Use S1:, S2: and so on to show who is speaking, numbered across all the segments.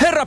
S1: Herra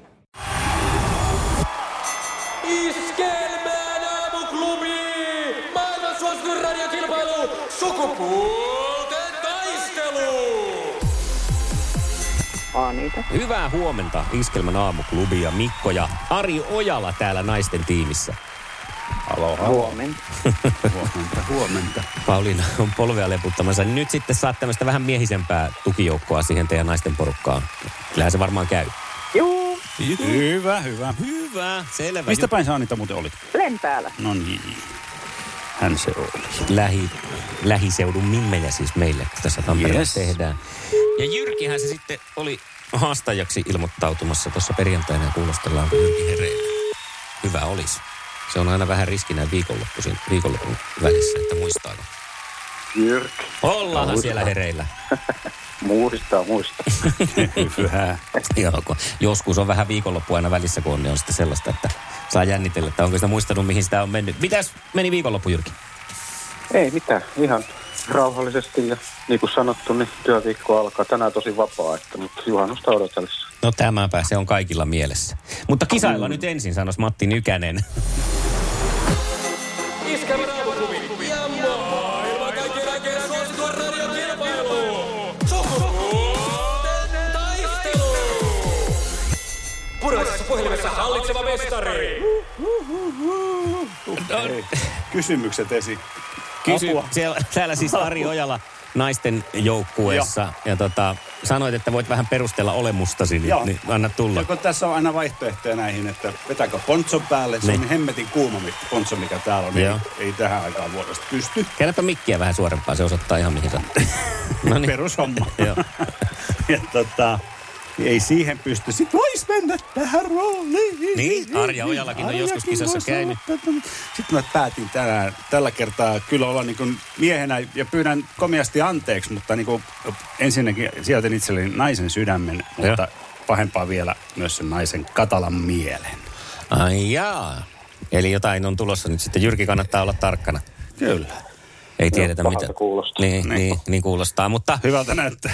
S2: Iskelmään aamuklubi! Maailman suosituin radiokilpailu! Sukupuolten taistelu!
S3: Anita.
S4: Hyvää huomenta Iskelmän aamuklubi ja Mikko ja Ari Ojala täällä naisten tiimissä.
S3: Huomenna.
S5: Huomenta, huomenta.
S4: Pauliina on polvea leputtamassa. Nyt sitten saat tämmöistä vähän miehisempää tukijoukkoa siihen teidän naisten porukkaan. Kyllähän se varmaan käy.
S3: Juu,
S5: Hyvä, hyvä.
S4: Hyvä, selvä.
S5: Mistä päin sä Anita muuten olit?
S3: lempäällä.
S5: No niin. Hän se oli.
S4: lähi, lähiseudun mimmejä siis meille tässä Tampereella yes.
S5: Yes.
S4: tehdään. Ja Jyrkihän se sitten oli haastajaksi ilmoittautumassa tuossa perjantaina ja kuulostellaan, kun Jyrki hereillä. Hyvä olisi. Se on aina vähän riskinä viikonloppuisin, viikonlopun välissä, että muistaako.
S6: Jyrk,
S4: Ollaanhan siellä hereillä.
S6: muista, muista.
S5: Hyvä.
S4: Joo, kun joskus on vähän viikonloppu aina välissä, kun on, niin on sitten sellaista, että saa jännitellä, että onko sitä muistanut, mihin sitä on mennyt. Mitäs meni viikonloppu, Jyrki?
S6: Ei mitään, ihan rauhallisesti ja niin kuin sanottu, niin työviikko alkaa tänään tosi vapaa, että, mutta juhannusta odotellessa.
S4: No tämäpä, se on kaikilla mielessä. Mutta kisailla nyt ensin, sanoisi Matti Nykänen.
S2: Iskelmän aamuklubi! Ja maailman kaikkien aikeen suosituin radiokilpailu! Sukupuolten taistelu! Puraisessa puhelimessa hallitseva mestari!
S5: Kysymykset esiin.
S4: Kysy,
S5: Apua.
S4: siellä, täällä siis Ari Ojala naisten joukkueessa. Ja tota, sanoit, että voit vähän perustella olemustasi, niin,
S5: Joo.
S4: niin anna tulla.
S5: Ja kun tässä on aina vaihtoehtoja näihin, että vetääkö pontson päälle. Se on
S4: Niin.
S5: niin. hemmetin kuuma mi- pontso, mikä täällä on.
S4: Joo. No
S5: Niin ei tähän aikaan vuodesta pysty.
S4: Käännäpä mikkiä vähän suorempaa, se osoittaa ihan mihin sattuu. No niin.
S5: Perushomma.
S4: Joo.
S5: ja tota, ei siihen pysty. Sitten vois mennä tähän rooliin.
S4: Niin, Arja Ojalakin on joskus kisassa
S5: voisi
S4: käynyt.
S5: olla tätä. Sitten mä päätin tänään, tällä kertaa kyllä olla niin kuin miehenä ja pyydän komiasti anteeksi, mutta niin kuin ensinnäkin sieltä itselleni naisen sydämen, mutta pahempaa vielä myös sen naisen katalan mielen.
S4: Ai jaa. Eli jotain on tulossa nyt sitten. Jyrki kannattaa olla tarkkana.
S5: Kyllä.
S4: Ei tiedetä
S6: pahalta
S4: mitä.
S6: kuulostaa.
S4: Niin, niin, niin kuulostaa, mutta
S5: Hyvältä näyttää.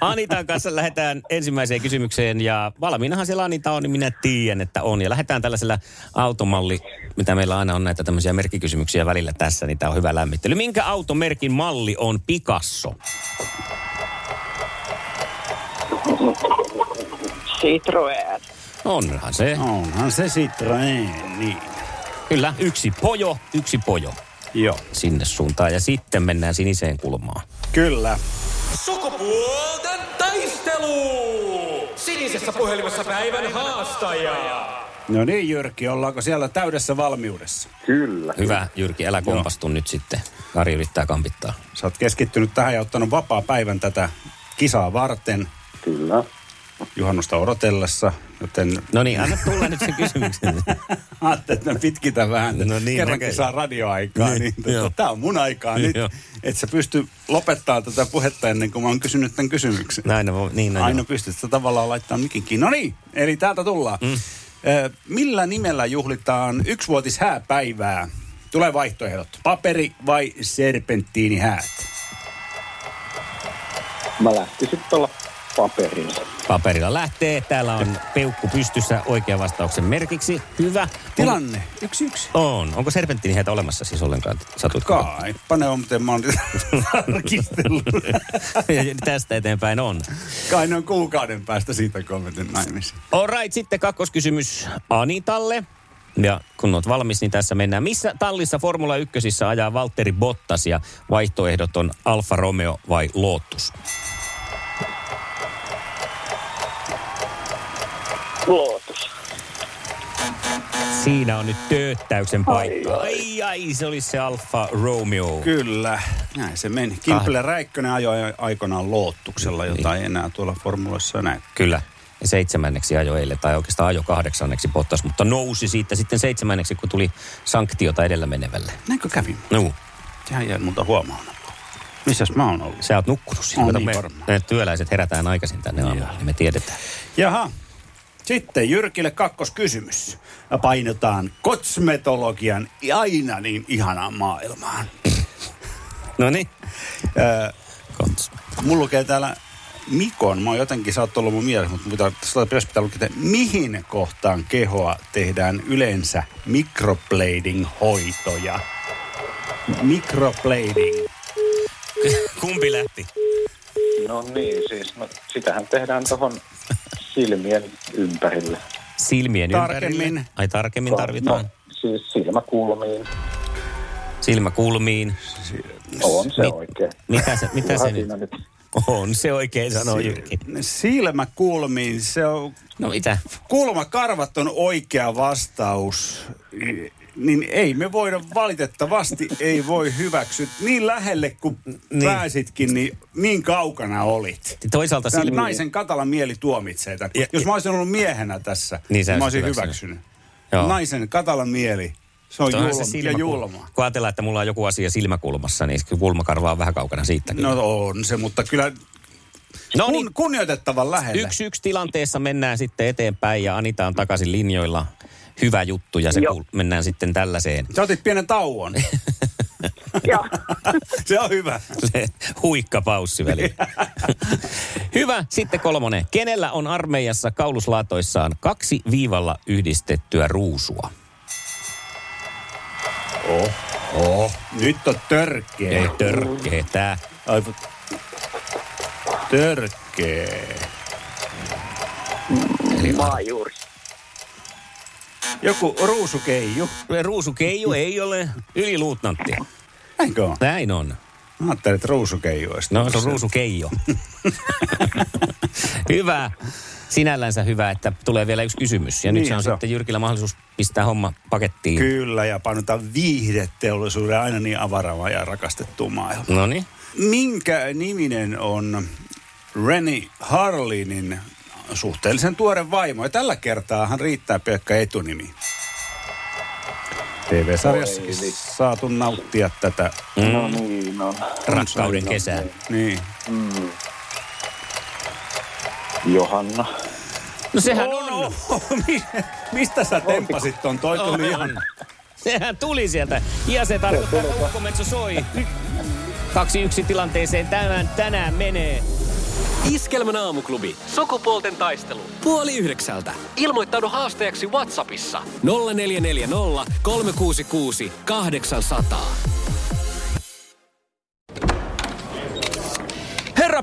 S4: Anitan kanssa lähdetään ensimmäiseen kysymykseen ja valmiinahan siellä Anita on, niin minä tiedän, että on. Ja lähdetään tällaisella automalli, mitä meillä aina on näitä tämmöisiä merkkikysymyksiä välillä tässä, niin tämä on hyvä lämmittely. Minkä automerkin malli on Picasso?
S3: Citroen.
S4: Onhan se.
S5: Onhan se Citroen, niin.
S4: Kyllä, yksi pojo, yksi pojo
S5: Joo.
S4: sinne suuntaan. Ja sitten mennään siniseen kulmaan.
S5: Kyllä.
S2: Sukupuolten taistelu! Sinisessä puhelimessa päivän haastaja!
S5: No niin Jyrki, ollaanko siellä täydessä valmiudessa?
S6: Kyllä.
S4: Hyvä, Jyrki, älä kompastu nyt sitten. Kari yrittää kampittaa.
S5: Sä oot keskittynyt tähän ja ottanut vapaa päivän tätä kisaa varten,
S6: Kyllä.
S5: juhannusta odotellessa, joten
S4: No niin, anna tulla nyt sen kysymyksen.
S5: ajattelin, että mä pitkitän vähän.
S4: No niin,
S5: Kerrankin
S4: näköjään.
S5: saa radioaikaa,
S4: Niin,
S5: niin,
S4: joo.
S5: niin tämä on mun aikaa nyt.
S4: Joo.
S5: Et sä pysty lopettaa tätä puhetta ennen kuin mä oon kysynyt tämän kysymyksen.
S4: Näin, on, niin no
S5: Aina
S4: joo.
S5: pystyt sitä tavallaan laittamaan mikin kiinni. No niin, eli täältä tullaan. Mm. Millä nimellä juhlitaan yksivuotishääpäivää? Tulee vaihtoehdot. Paperi vai serpenttiinihäät?
S6: Mä lähtisin tuolla paperilla.
S4: paperilla lähtee. Täällä on peukku pystyssä oikean vastauksen merkiksi. Hyvä.
S5: Tilanne. Yksi yksi.
S4: On. Onko serpenttiiniheitä olemassa siis ollenkaan? Satutko?
S5: Kaipa ne on, miten mä oon tarkistellut.
S4: Ja Tästä eteenpäin on.
S5: Kai ne on kuukauden päästä siitä, kun on menty naimisiin.
S4: All right, sitten kakkoskysymys Anitalle. Ja kun olet valmis, niin tässä mennään. Missä tallissa Formula 1 ajaa Valtteri Bottas ja vaihtoehdot on Alfa Romeo vai Lotus?
S3: Lootus.
S4: Siinä on nyt tööttäyksen paikka. Ai ai, se olisi se Alfa Romeo.
S5: Kyllä, näin se meni. Kimppelä Räikkönen ajoi aikanaan loottuksella, jota ei enää tuolla formuloissa näy.
S4: Kyllä. Ja seitsemänneksi ajo eilen, tai oikeastaan ajo kahdeksanneksi Bottas, mutta nousi siitä sitten seitsemänneksi, kun tuli sanktiota edellä menevälle.
S5: Näinkö kävi?
S4: No,
S5: Sehän jäi multa huomaamatta. Missäs mä oon ollut?
S4: Sä oot nukkunut siinä.
S5: On
S4: Kato,
S5: niin
S4: me,
S5: varmaan.
S4: me työläiset herätään aikaisin tänne aamulla, niin me tiedetään.
S5: Jaha. Sitten Jyrkille kakkoskysymys. Ja Painotaan kosmetologian aina niin ihanaan maailmaan.
S4: No niin.
S5: Öö,
S4: Kots.
S5: mulla lukee täällä Mikon, mä oon jotenkin, sä oot ollut mun mielessä, mutta pitää, tässä pitäisi pitää lukea, että mihin kohtaan kehoa tehdään yleensä microblading-hoitoja. Microblading.
S4: Kumpi lähti?
S6: No niin, siis no, sitähän tehdään tuohon silmien ympärille.
S4: Silmien
S5: Tarkemmin.
S4: ympärille. Ai tarkemmin tarvitaan.
S6: No, siis silmäkulmiin
S4: Silmäkulmiin.
S6: on se
S4: Mi-
S6: oikein.
S4: niin. Mitä se, mitä se
S6: Kunhan
S4: nyt?
S6: siinä nyt?
S4: On se oikein sanoo Jyrki.
S5: Silmäkulmiin, se on
S4: No mitä?
S5: kulmakarvat on oikea vastaus, niin ei me voida valitettavasti, ei voi hyväksyä. Niin lähelle kuin niin. pääsitkin, niin niin kaukana olit.
S4: Toisaalta
S5: Tämä
S4: silmiin.
S5: naisen katala mieli tuomitsee tämän.
S4: Ja-
S5: Jos
S4: ja-
S5: mä olisin ollut miehenä tässä,
S4: Niin
S5: niin,
S4: sä
S5: niin mä
S4: olisit
S5: olisin
S4: hyväksynyt.
S5: hyväksynyt.
S4: Joo.
S5: Naisen katala mieli, se on
S4: Toihan
S5: julma,
S4: se
S5: ja
S4: silmäkul-
S5: julma.
S4: Kun ajatellaan, että mulla on joku asia silmäkulmassa, niin se kulmakarva on vähän kaukana siitäkin.
S5: No on se, mutta kyllä
S4: no niin,
S5: kun, kunnioitettavan lähellä.
S4: yksi yksi tilanteessa mennään sitten eteenpäin ja Anita on takaisin linjoilla. Hyvä juttu ja se
S3: Joo.
S4: kuul- mennään sitten tällaiseen.
S5: Sä otit pienen tauon.
S3: Joo.
S5: se on hyvä.
S4: Se huikkapaussi väliin. Hyvä. Sitten kolmonen. Kenellä on armeijassa kauluslaatoissaan kaksi viivalla yhdistettyä ruusua?
S5: Oh, nyt on törkeä.
S4: Ei törkeä tää.
S5: Aivan. Törkeä.
S3: Maajuuri.
S5: Joku ruusukeiju.
S4: Ruusukeiju ei ole yliluutnantti.
S5: Näinkö on?
S4: Näin on.
S5: Mä ajattelin, että ruusukeijuista.
S4: No se on ruusukeijo. hyvä. Sinällänsä hyvä, että tulee vielä yksi kysymys. Ja niin, nyt
S5: Niin
S4: se on
S5: se on.
S4: sitten Jyrkillä mahdollisuus pistää homma pakettiin.
S5: Kyllä, ja painetaan viihdeteollisuuden aina niin avaravaa ja rakastettua maailmaa.
S4: no niin.
S5: Minkä niminen on Rennie Harlinin suhteellisen tuore vaimo? Ja tällä kertaa hän riittää pelkkä etunimi. TV-sarjassakin
S6: Oi vitsi.
S5: saatu nauttia tätä.
S4: Mm.
S6: No niin, no.
S4: Rakkauden kesä.
S5: Niin.
S6: Johanna.
S4: No sehän on, on.
S5: Mistä sä tempasit ton? Toi tuli ihan...
S4: Sehän tuli sieltä. Ja se tarkoittaa, että ukkometso soi. 2-1 tilanteeseen tämän tänään menee.
S7: Iskelmän aamuklubi. Sukupuolten taistelu. Puoli yhdeksältä. Ilmoittaudu haasteeksi Whatsappissa. 0440 366 800.
S1: Herra